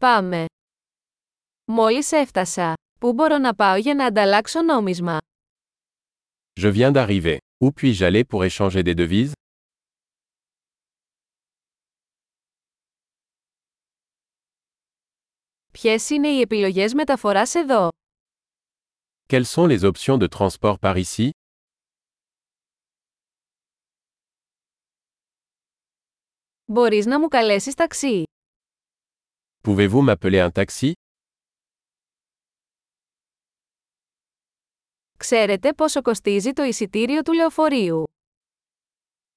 Πάμε. Μόλις έφτασα. Πού μπορώ να πάω για να ανταλλάξω νόμισμα. Je viens d'arriver. Où puis-je aller pour échanger des devises Ποιες είναι οι επιλογές μεταφοράς εδώ. Quelles sont les options de transport par ici Μπορείς να μου καλέσεις ταξί. Pouvez-vous m'appeler un taxi Ξέρετε πόσο κοστίζει το εισιτήριο του λεωφορείου.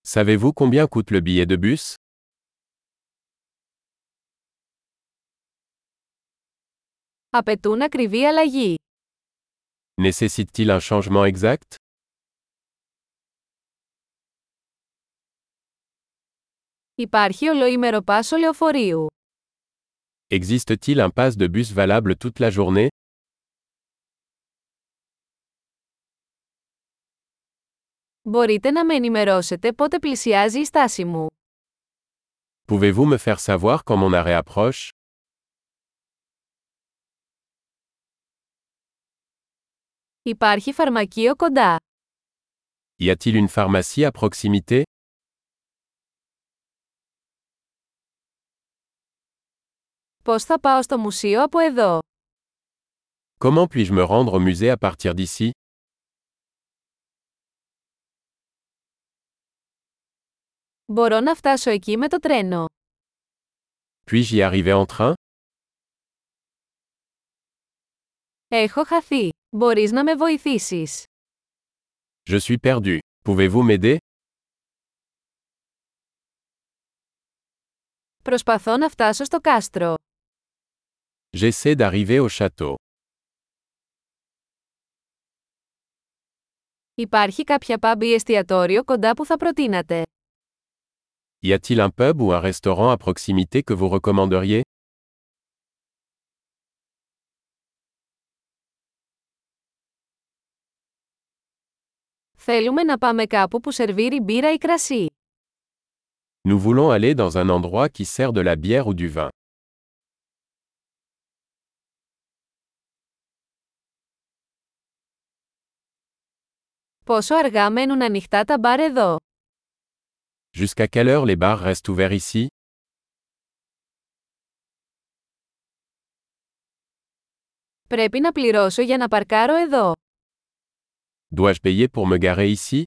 Savez-vous combien coûte le billet de bus Απαιτούν ακριβή αλλαγή. Nécessite-t-il un changement exact Υπάρχει ολοήμερο πάσο λεωφορείου. Existe-t-il un pass de bus valable toute la journée Μπορείτε να με ενημερώσετε πότε πλησιάζει η στάση μου. Pouvez-vous me faire savoir quand mon arrêt approche Υπάρχει φαρμακείο κοντά. Y a-t-il une pharmacie à proximité Πώς θα πάω στο μουσείο από εδώ. Comment puis-je me rendre au musée à partir d'ici Μπορώ να φτάσω εκεί με το τρένο. Puis-je y arriver en train Έχω χαθεί. Μπορείς να με βοηθήσεις. Je suis perdu. Pouvez-vous m'aider Προσπαθώ να φτάσω στο κάστρο. J'essaie d'arriver au château. Υπάρχει κάποια pub ή εστιατόριο κοντά που θα προτείνατε. Y a-t-il un pub ou un restaurant à proximité que vous recommanderiez Θέλουμε να πάμε κάπου που σερβίρει μπύρα ή κρασί. Nous voulons aller dans un endroit qui sert de la bière ou du vin. Πόσο αργά μένουν ανοιχτά τα μπαρ εδώ. Jusqu'à quelle heure les bars restent ouverts ici Πρέπει να πληρώσω για να παρκάρω εδώ. Dois-je payer pour me garer ici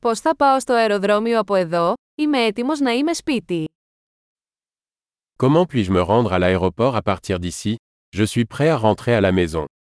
Πώς θα πάω στο αεροδρόμιο από εδώ, είμαι έτοιμος να είμαι σπίτι. Comment puis-je me rendre à l'aéroport à partir d'ici Je suis prêt à rentrer à la maison.